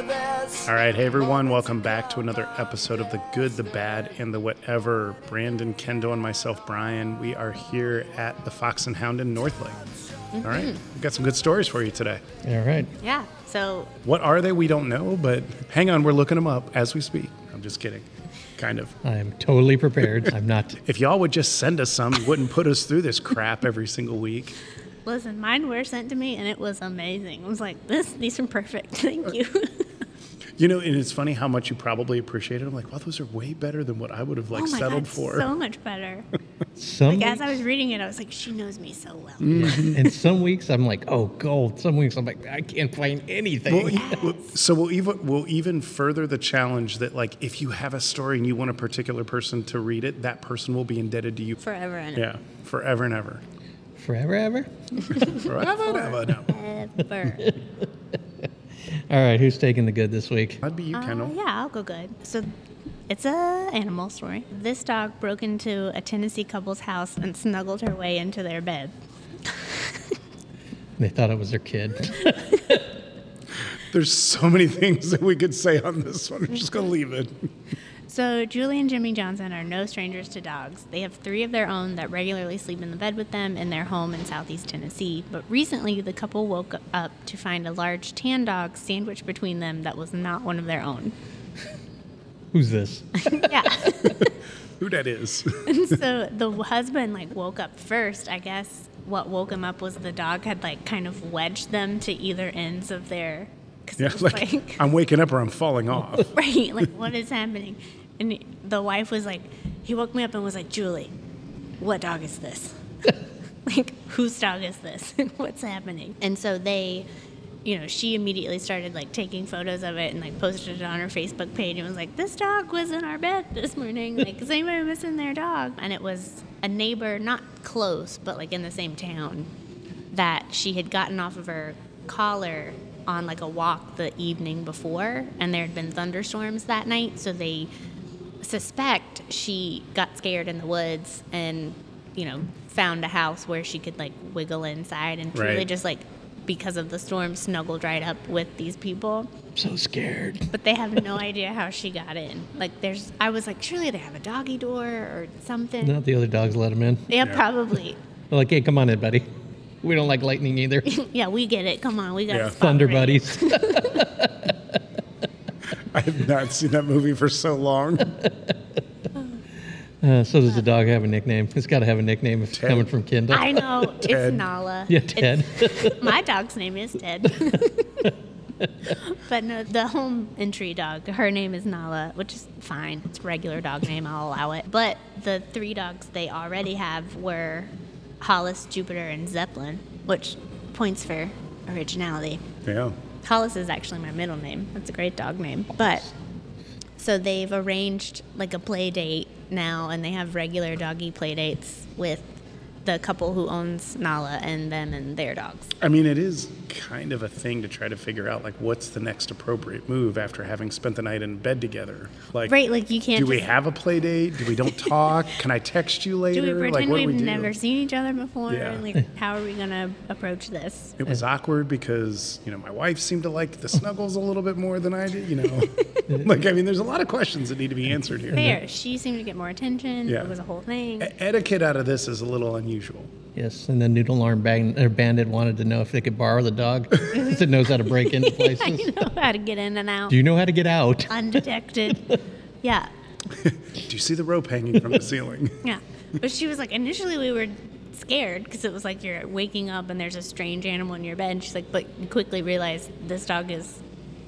All right, hey everyone, welcome back to another episode of The Good, The Bad, and The Whatever. Brandon, Kendall, and myself, Brian, we are here at the Fox and Hound in Northlake. All right, Mm-hmm. we've got some good stories for you today. All right. Yeah. So What are they? We don't know, but hang on, we're looking them up as we speak. I'm just kidding, kind of. I am totally prepared. I'm not. If y'all would just send us some, you wouldn't put us through this crap every single week. listen, mine were sent to me and it was amazing. I was like, this these are perfect. Thank you. You know, and it's funny how much you probably appreciate it. I'm like, wow, those are way better than what I would have like oh my settled god, for. so much better. Some like as I was reading it, I was like, she knows me so well. Mm. and some weeks I'm like, oh, gold. Some weeks I'm like, I can't find anything. Well, e- well, so we'll even we'll even further the challenge that like if you have a story and you want a particular person to read it, that person will be indebted to you. Forever and Yeah, forever and ever. Forever, ever. Forever and ever. and ever. ever. All right. Who's taking the good this week? That'd be you, Uh, Kendall. yeah, I'll go good. So it's a animal story. This dog broke into a Tennessee couple's house and snuggled her way into their bed. They thought it was their kid. There's so many things that we could say on this one. I'm just gonna leave it. So, Julie and Jimmy Johnson are no strangers to dogs. They have three of their own that regularly sleep in the bed with them in their home in southeast Tennessee. But recently, the couple woke up to find a large tan dog sandwiched between them that was not one of their own. Who's this? Yeah. Who that is? so the husband like woke up first i guess what woke him up was the dog had like kind of wedged them to either ends of their because yeah, it was like, like, I'm waking up or I'm falling off. right like what is happening and the wife was like he woke me up and was like julie what dog is this like whose dog is this what's happening and so they you know she immediately started like taking photos of it and like posted it on her facebook page and was like this dog was in our bed this morning like is anybody missing their dog and it was a neighbor not close but like in the same town that she had gotten off of her collar on like a walk the evening before and there had been thunderstorms that night so they suspect she got scared in the woods and you know found a house where she could like wiggle inside and truly Right. just like because of the storm snuggled right up with these people I'm so scared. but they have no idea how she got in like there's i was like surely they have a doggy door or something Not the other dogs let him in. yeah probably They're like, hey, come on in, buddy. We don't like lightning either. yeah we get it come on we got Yeah. yeah. Thunder buddies. I have not seen that movie for so long. Uh, so does the dog have a nickname? It's got to have a nickname if it's Ted. coming from Kendall. I know. Ted. It's Nala. yeah, It's- Ted. my dog's name is Ted. but no, the home entry dog, her name is Nala, which is fine. It's a regular dog name, I'll allow it. But the three dogs they already have were Hollis, Jupiter, and Zeppelin, which points for originality. Yeah. Hollis is actually my middle name. That's a great dog name. But so they've arranged like a play date now, and they have regular doggy play dates with the couple who owns Nala and them and their dogs. I mean, it is kind of a thing to try to figure out like what's the next appropriate move after having spent the night in bed together. Like, Right? Like you can't. do we just- have a play date? Do we don't talk? Can I text you later? Do we pretend like, what do we've we do? never seen each other before? Yeah. Like, how are we gonna approach this? It was awkward because you know my wife seemed to like the snuggles a little bit more than I did. You know, like I mean, there's a lot of questions that need to be answered here. Fair. She seemed to get more attention. Yeah. It was a whole thing. E- Etiquette out of this is a little unusual. Yes, and then Noodle Arm Bang, or Bandit wanted to know if they could borrow the dog since it knows how to break into places. you know how to get in and out Do you know how to get out? undetected. yeah. Do you see the rope hanging from the ceiling? Yeah. But she was like, initially we were scared because it was like you're waking up and there's a strange animal in your bed. And she's like, but you quickly realize this dog is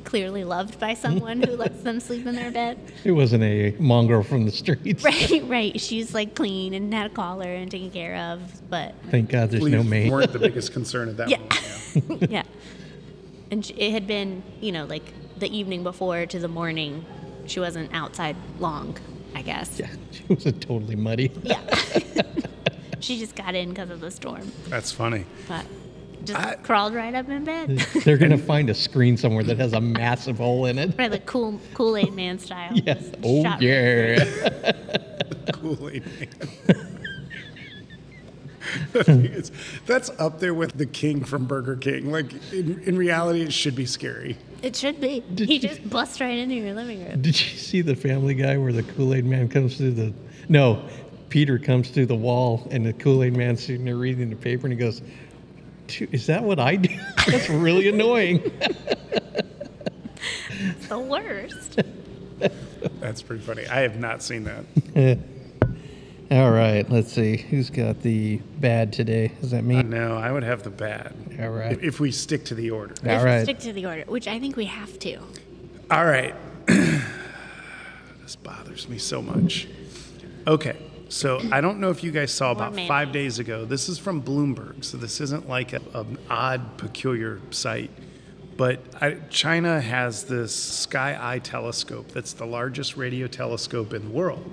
clearly loved by someone who lets them sleep in their bed. It wasn't a mongrel from the streets. Right, right. She's like clean and had a collar and taken care of. But Thank God there's We no mane. weren't the biggest concern at that Yeah. moment. yeah. And she, it had been, you know, like the evening before to the morning. She wasn't outside long, I guess. Yeah, she was a totally muddy. yeah. she just got in because of the storm. That's funny. but just I- crawled right up in bed. They're gonna find a screen somewhere that has a massive hole in it. right, like cool Kool Aid Man style. Yes. Just Oh shot- yeah. Kool Aid Man. That's up there with the king from Burger King. Like in, in reality, it should be scary. It should be. Did he you- just busts right into your living room. Did you see the Family Guy where the Kool Aid Man comes through the? No, Peter comes through the wall, and the Kool Aid Man's sitting there reading the paper, and he goes, "Dude, "Is that what I do? That's really annoying." It's the worst. That's pretty funny. I have not seen that. All right, let's see who's got the bad today. Is that me? No, I would have the bad. All right. If- If we stick to the order. All Let's right. Stick to the order, which I think we have to. All right. this bothers me so much. Okay. So I don't know if you guys saw about maybe. five days ago. This is from Bloomberg. So this isn't like a, an odd, peculiar site. But I, China has this Sky Eye telescope that's the largest radio telescope in the world.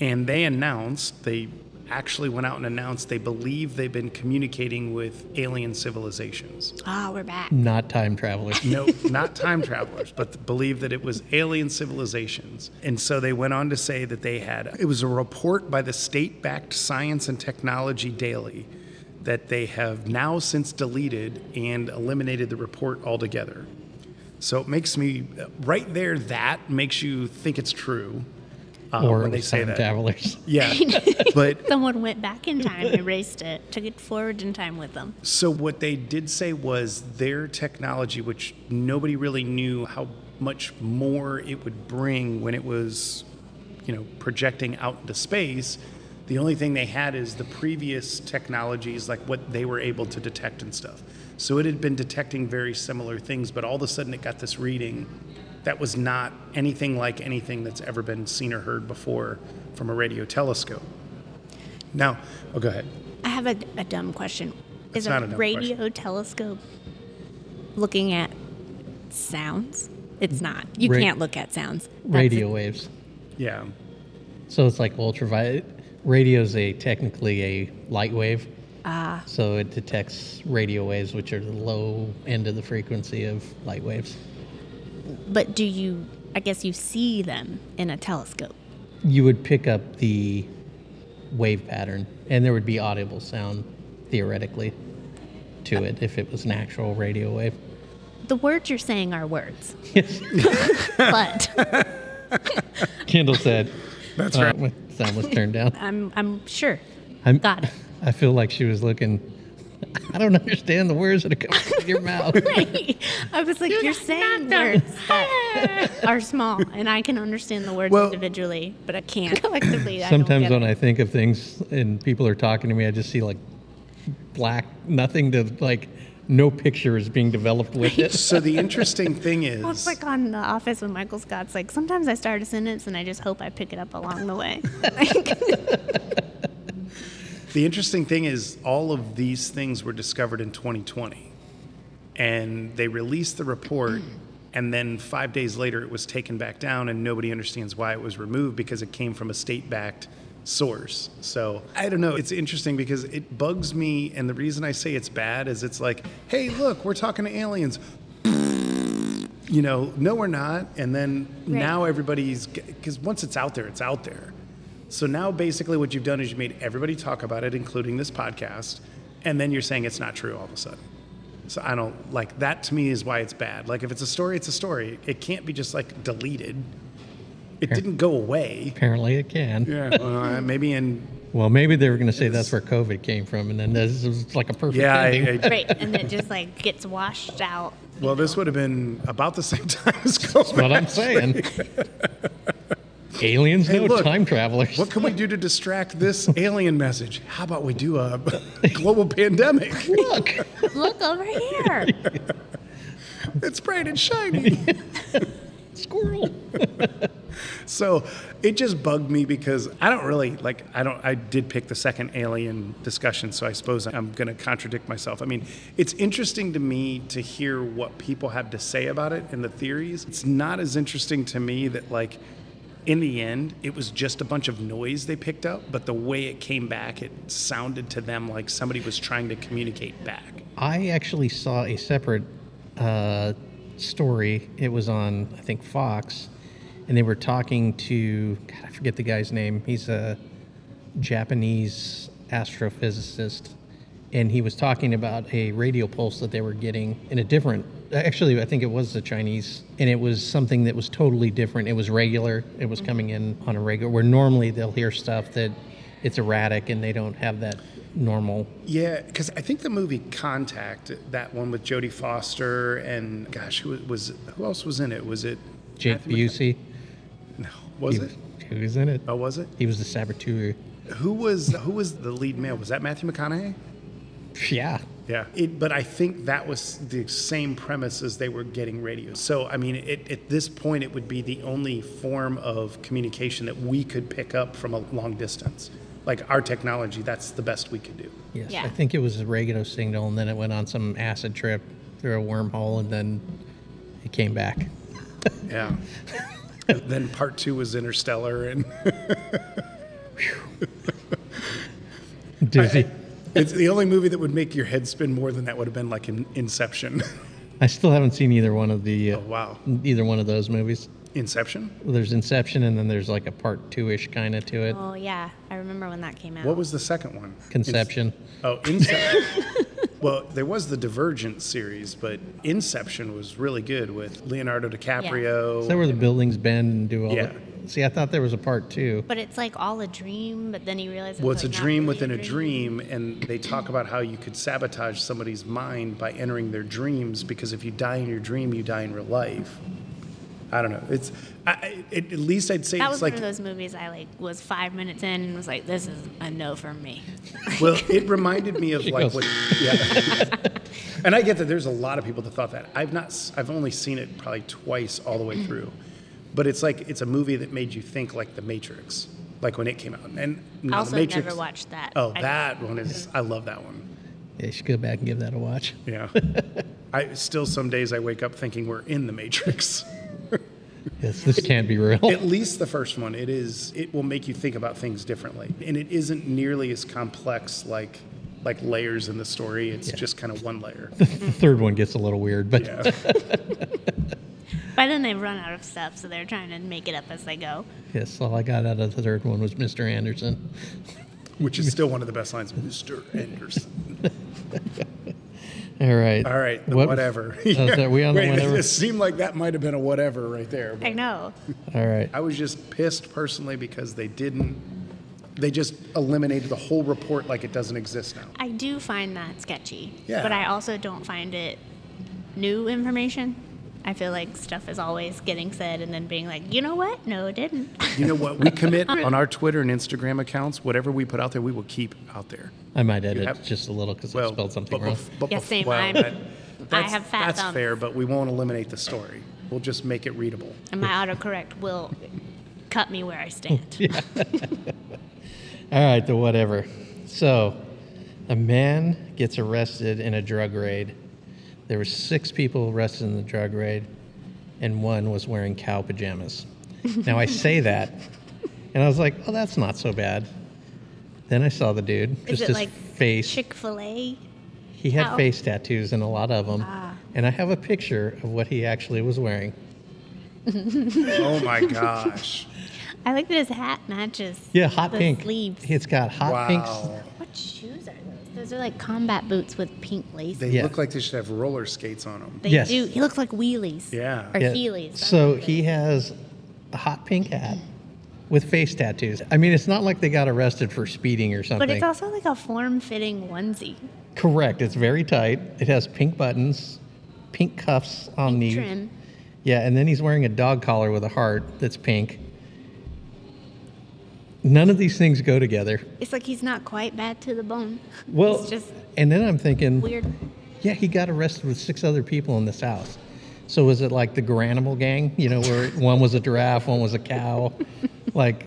And they announced, they actually went out and announced they believe they've been communicating with alien civilizations. Ah, we're back. Not time traveler. No, not time travelers, but believed that it was alien civilizations. And so they went on to say that they had it was a report by the state backed Science and Technology Daily that they have now since deleted and eliminated the report altogether. So it makes me right there that makes you think it's true uh, or when they with say time that. travelers. Yeah. but Someone went back in time, erased it, took it forward in time with them. So what they did say was their technology, which nobody really knew how much more it would bring when it was, you know, projecting out into space. The only thing they had is the previous technologies, like what they were able to detect and stuff. So it had been detecting very similar things, but all of a sudden it got this reading that was not anything like anything that's ever been seen or heard before from a radio telescope. Now, oh, go ahead. I have a, a dumb question. It's Is not a a dumb radio telescope looking at sounds? It's not. You Ra- can't look at sounds. That's Radio it. waves. Yeah. So it's like ultraviolet. Radio's a technically a light wave. Ah. So it detects radio waves, which are the low end of the frequency of light waves. But do you? I guess you see them in a telescope. You would pick up the wave pattern, and there would be audible sound theoretically to it if it was an actual radio wave. The words you're saying are words. but Kendall said. That's Uh, right. my sound was turned down. I'm I'm sure. I'm, Got it. I feel like she was looking. I don't understand the words that are coming out of your mouth. I was like, you're, saying words that are small, and I can understand the words Well- individually, but I can't collectively. Sometimes I don't when I think of things and people are talking to me, I just see like black, nothing to like, no picture is being developed with it. So the interesting thing is, Well, it's like on The Office with Michael Scott. It's like sometimes I start a sentence and I just hope I pick it up along the way. Like, the interesting thing is, all of these things were discovered in 2020, and they released the report, and then five days later, it was taken back down, and nobody understands why it was removed because it came from a state-backed source. So I don't know. It's interesting because it bugs me, and the reason I say it's bad is it's like, hey, look, we're talking to aliens. You know, no, we're not. And then Right. now everybody's because once it's out there, it's out there. So now basically what you've done is you made everybody talk about it, including this podcast, and then you're saying it's not true all of a sudden. So I don't like that to me is why it's bad. Like if it's a story, it's a story. It can't be just like deleted. It didn't go away. Apparently it can. Yeah. Uh, maybe in Well, maybe they were going to say that's where COVID came from, and then this is like a perfect yeah. I, ending. I- right, and it just like gets washed out. well, this would have been about the same time as COVID. what I'm saying. Aliens, Hey, no look, time travelers. What can we do to distract this alien message? How about we do a global pandemic? Look, Look over here. It's bright and shiny. squirrel. So it just bugged me because I don't really like I don't I did pick the second alien discussion, so I suppose I'm going to contradict myself. I mean, it's interesting to me to hear what people have to say about it and the theories. It's not as interesting to me that like in the end it was just a bunch of noise they picked up, but the way it came back it sounded to them like somebody was trying to communicate back. I actually saw a separate uh, story. It was on, I think, Fox, and they were talking to, God, I forget the guy's name. He's a Japanese astrophysicist, and he was talking about a radio pulse that they were getting in a different actually i think it was the chinese and it was something that was totally different it was regular it was coming in on a regular where normally they'll hear stuff that it's erratic and they don't have that normal Yeah, because I think the movie Contact, that one with Jodie Foster and gosh, who was who else was in it? Was it jake Matthew busey McCona- No, was he, it? he was in it Oh, was it? he was the saboteur Who was who was the lead male? Was that Matthew McConaughey? yeah Yeah. It, but I think that was the same premise as they were getting radio. So, I mean, it, at this point, it would be the only form of communication that we could pick up from a long distance. Like our technology, that's the best we could do. yes Yeah. i think it was a radio signal and then it went on some acid trip through a wormhole and then it came back Yeah. then part two was Interstellar, and dizzy it's the only movie that would make your head spin more than that would have been like in Inception. I still haven't seen either one of the uh, wow. either one of those movies. Inception? There's Inception, and then there's like a part two-ish kind of to it. Oh yeah, I remember when that came out. What was the second one? Conception. Oh, Inception. well, there was the Divergent series, but Inception was really good with Leonardo DiCaprio. Is that where the buildings bend and do all Yeah. that? See, I thought there was a part two. but it's like all a dream. But then you realize. well, it's a like, not dream really within a dream, and they talk about how you could sabotage somebody's mind by entering their dreams because if you die in your dream, you die in real life. I don't know. It's I, I, at at least I'd say That it's was like one of those movies I like was five minutes in and was like, this is a no for me. Well, it reminded me of like goes. what, yeah. and I get that there's a lot of people that thought that. I've not, s- I've only seen it probably twice all the Mm-hmm. way through, but it's like it's a movie that made you think like The Matrix, like when it came out. And I now also The Matrix. never watched that. Oh, I- that one is. I love that one. Yeah, you should go back and give that a watch. Yeah. I still some days I wake up thinking we're in The Matrix. Yes, this can't be real. At least the first one, it is. It will make you think about things differently, and it isn't nearly as complex like like layers in the story. It's just kind of one layer. the third one gets a little weird, but Yeah. By then they've run out of stuff, so they're trying to make it up as they go. yes, all I got out of the third one was Mr. Anderson. which is still one of the best lines, Mr. Anderson. All right. All right, the What- whatever. Oh, is that- we on the Wait, whatever? It seemed like that might have been a whatever right there. I But know. All right. I was just pissed personally because they didn't. They just eliminated the whole report like it doesn't exist now. I do find that sketchy. Yeah. But I also don't find it new information. I feel like stuff is always getting said and then being like, you know what? No, it didn't. You know what? We commit on our Twitter and Instagram accounts, whatever we put out there, we will keep out there. I might edit Yep. just a little because Well, I spelled something but wrong. bef- but Yeah, bef- same. well, I'm- that- that's- have fat That's thumbs. fair, but we won't eliminate the story. We'll just make it readable. and my autocorrect will cut me where I stand. All right, the whatever. So, a man gets arrested in a drug raid. There were six people arrested in the drug raid, and one was wearing cow pajamas. now, I say that, and I was like, oh, that's not so bad. Then I saw the dude, Is just it his like face. Chick fil A? he had cow? Ah. face tattoos and a lot of them. And I have a picture of what he actually was wearing. Oh my gosh. I like that his hat matches. Yeah, hot the pink. Sleeves. It's got hot pink. s- Wow. What shoes are those? Those are like combat boots with pink lace. They Yeah. look like they should have roller skates on them. They Yes. do. He looks like wheelies. Yeah. Or Yeah. Heelys. So he has a hot pink hat with face tattoos. I mean, it's not like they got arrested for speeding or something. But it's also like a form fitting onesie. Correct. It's very tight. It has pink buttons, pink cuffs on the. Trim. Yeah, and then he's wearing a dog collar with a heart that's pink. None of these things go together. It's like he's not quite bad to the bone. Well, it's just and then I'm thinking, weird. yeah, he got arrested with six other people in this house. So was it like the Granimal gang? You know, where one was a giraffe, one was a cow. like,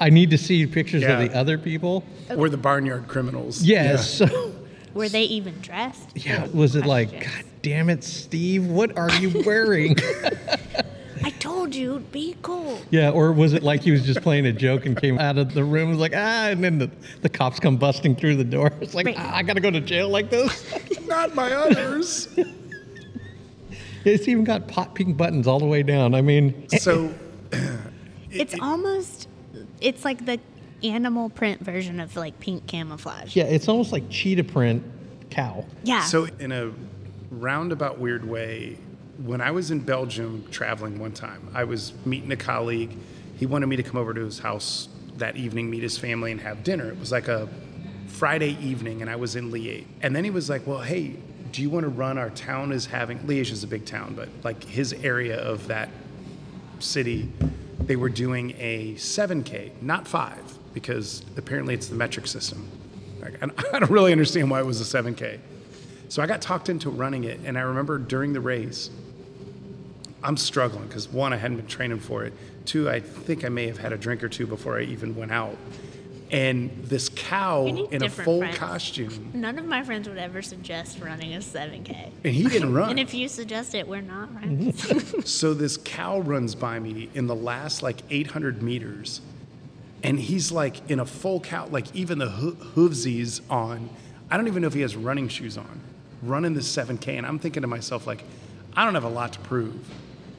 I need to see pictures Yeah. of the other people. We're the barnyard criminals. Yes. Yeah. So, Were they even dressed? yeah. Was it like, Questions. God damn it, Steve, what are you wearing? I told you, be cool. yeah. Or was it like he was just playing a joke and came out of the room was like, ah, and then the, the cops come busting through the door. It's like, Right. "Ah, I got to go to jail like this. Not my others. it's even got pot pink buttons all the way down. I mean, so It's almost, it's like the animal print version of like pink camouflage. Yeah, it's almost like cheetah print cow. Yeah. So, in a roundabout weird way, when I was in Belgium traveling one time, I was meeting a colleague. He wanted me to come over to his house that evening, meet his family, and have dinner. It was like a Friday evening, and I was in Liège. And then he was like, Well, hey, do you want to run? Our town is having, Liège is a big town, but like his area of that city, they were doing a 7K, not five, because apparently it's the metric system. Like, and I don't really understand why it was a 7K. So I got talked into running it, and I remember during the race, I'm struggling because one, I hadn't been training for it. Two, I think I may have had a drink or two before I even went out. And this cow You need in a different full friends. costume, None of my friends would ever suggest running a 7K. and he didn't run. And if you suggest it, we're not friends. So this cow runs by me in the last like 800 meters, and he's like in a full cow, like even the hoo- hoovesies on. I don't even know if he has running shoes on, running the 7K. And I'm thinking to myself, like, I don't have a lot to prove,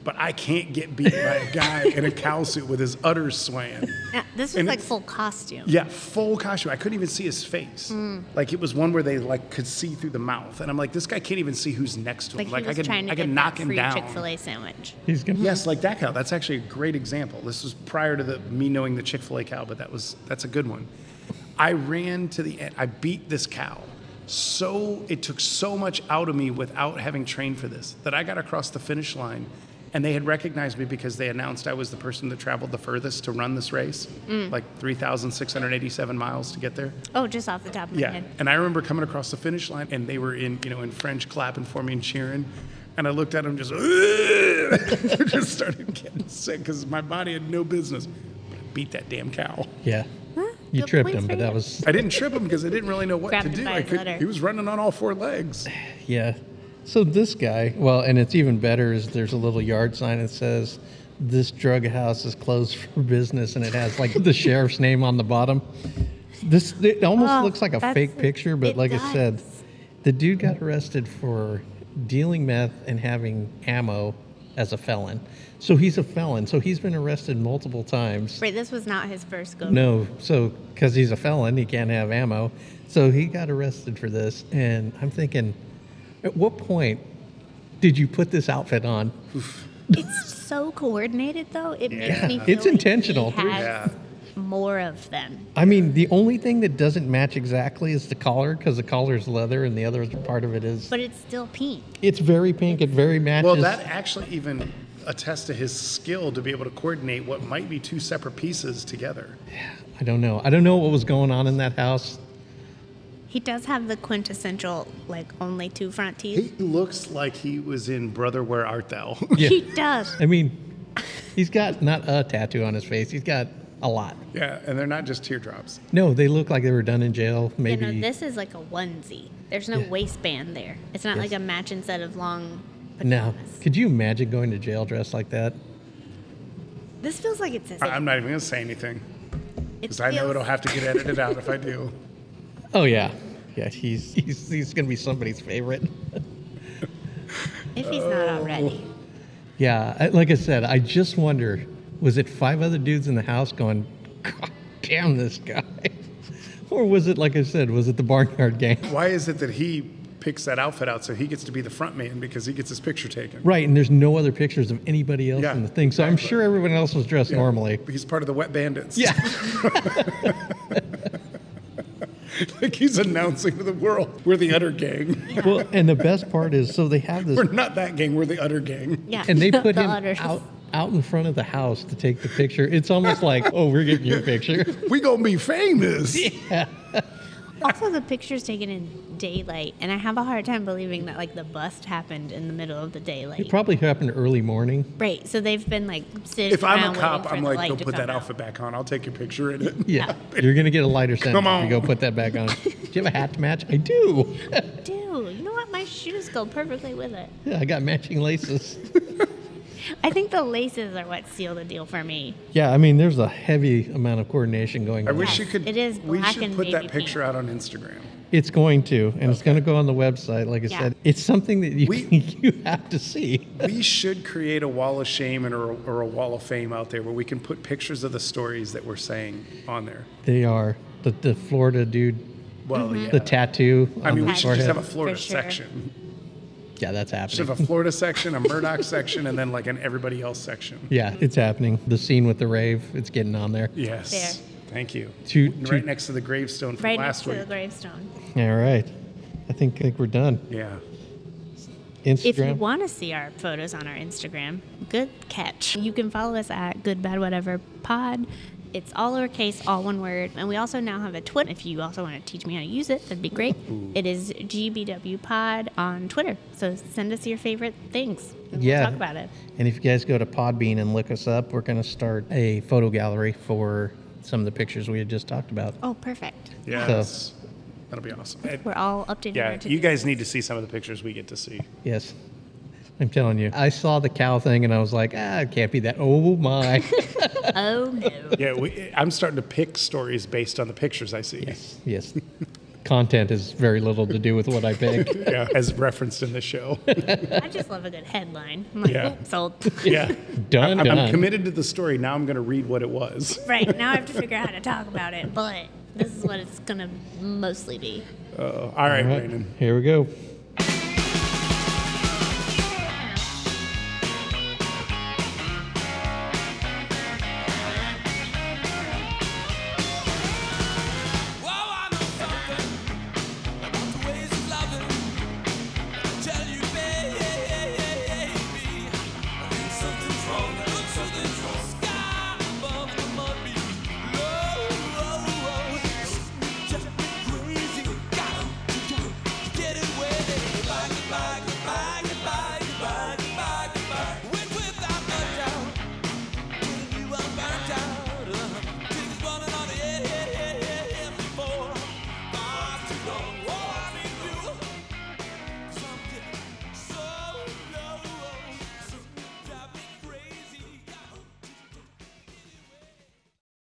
but I can't get beat by a guy in a cow suit with his udders swaying. Yeah, this was And like it- full costume. Yeah, full costume. I couldn't even see his face. Hmm. Like it was one where they like could see through the mouth, and I'm like, this guy can't even see who's next to him. Like, Like, he was I could, trying to I get could that knock him free down. Chick-fil-A sandwich. He's gonna. Yes, like that cow. That's actually a great example. This was prior to the me knowing the Chick Fil A cow, but that was that's a good one. I ran to the end. I beat this cow. So it took so much out of me without having trained for this that I got across the finish line, and they had recognized me because they announced I was the person that traveled the furthest to run this race, like three thousand six hundred eighty-seven miles to get there. Oh, just off the top of my Yeah, head. and I remember coming across the finish line, and they were in, you know, in French, clapping for me and cheering. And I looked at them, just, just started getting sick because my body had no business. But I beat that damn cow. Yeah. You Good tripped points him, for but you. that was I didn't trip him because I didn't really know what Grabbed to him do. by I his udder. he was running on all four legs. yeah. So this guy, well, and it's even better is there's a little yard sign that says this drug house is closed for business, and it has like the sheriff's name on the bottom. This it almost Oh, looks like a that's- fake picture, but it like I said, does. the dude got arrested for dealing meth and having ammo as a felon. So he's a felon. So he's been arrested multiple times. Right, this was not his first go. No, so because he's a felon, he can't have ammo. So he got arrested for this, and I'm thinking, at what point did you put this outfit on? It's so coordinated, though. It makes me Yeah. feel It's like intentional. He has Yeah. more of them. I mean, the only thing that doesn't match exactly is the collar, because the collar's leather, and the other part of it is. But it's still pink. It's very pink. It very matches. Well, that actually even attests to his skill to be able to coordinate what might be two separate pieces together. I don't know. I don't know what was going on in that house. He does have the quintessential, like, only two front He teeth. looks like he was in Brother, Where Art Thou? Yeah. He does. I mean, he's got not a tattoo on his face. He's got a lot. yeah, and they're not just teardrops. No, they look like they were done in jail. You Maybe. know, this is like a onesie. There's no Yeah. waistband there. It's not like a matching set of long no. pajamas. Could you imagine going to jail dressed like that? This feels like it's his. I- I'm not even going to say anything. It Because I know feels- it'll have to get edited out if I do. Oh yeah, yeah. He's he's he's gonna be somebody's favorite. If he's not already. Oh. Yeah, I, like I said, I just wonder, was it five other dudes in the house going, God damn this guy, or was it like I said, was it the barnyard gang? Why is it that he picks that outfit out so he gets to be the front man because he gets his picture taken? Right, and there's no other pictures of anybody else Yeah, in the thing, so I'm sure everyone else was dressed normally. He's part of the Wet Bandits. Yeah, like he's announcing to the world, we're the Utter Gang. well, and the best part is, so they have this We're not that gang, we're the Utter Gang. Yeah. and they put The him udders. out out in front of the house to take the picture. It's almost like, oh, we're getting your picture. We gonna be famous. Also, the picture's taken in daylight, and I have a hard time believing that like the bust happened in the middle of the daylight. It probably happened early morning. right. So they've been like sitting. If I'm around a waiting cop, for I'm the like, light go to put come that out." outfit back on. I'll take your picture in it. Yeah, you're gonna get a lighter sentence Come if you go on. put that back on. Do you have a hat to match? I do. Dude, you know what? My shoes go perfectly with it. Yeah, I got matching laces. I I think the laces are what seal the deal for me. Yeah, I mean, there's a heavy amount of coordination going I on. wish Yes, you could. it is We black should and put that navy picture out on Instagram. It's going to, and it's going to go on the website. Like I Yeah. said, it's something that you We- you have to see. we should create a wall of shame and a, or a wall of fame out there where we can put pictures of the stories that we're saying on there. They are the the Florida dude, Well, yeah. the tattoo. I on mean, the we should just forehead. have a Florida Mm-hmm. For sure. section. yeah, that's Should happening. have a Florida section, a Murdoch section, and then like an everybody else section. yeah, it's happening. The scene with the rave, it's getting on there. Yes. There. Thank you. To- right to- next to the gravestone from Right last next week. to the gravestone. All right, I think I think we're done. yeah. Instagram. If you want to see our photos on our Instagram, good catch. You can follow us at Good Bad Whatever Pod. It's all lowercase, all one word. And we also now have a Twitter. If you also want to teach me how to use it, that'd be great. It is GBW Pod on Twitter. So send us your favorite things. And Yeah. We'll talk about it. And if you guys go to Podbean and look us up, we're going to start a photo gallery for some of the pictures we had just talked about. Oh, perfect. Yes. That'll be awesome. And- We're all updated. yeah. You guys need to see some of the pictures we get to see. Yes. I'm telling you. I saw the cow thing and I was like, ah, it can't be that. Oh my. Oh no. Yeah. We, I'm starting to pick stories based on the pictures I see. yes. Yes. Content has very little to do with what I pick. Yeah. As referenced in the show. I just love a good headline. I'm like, Yeah. "Oop, sold. Yeah. Done, I'm, I'm done. committed to the story. Now I'm going to read what it was. right now, I have to figure out how to talk about it, but this is what it's gonna mostly be. Uh, all right, All right, Brandon. here we go.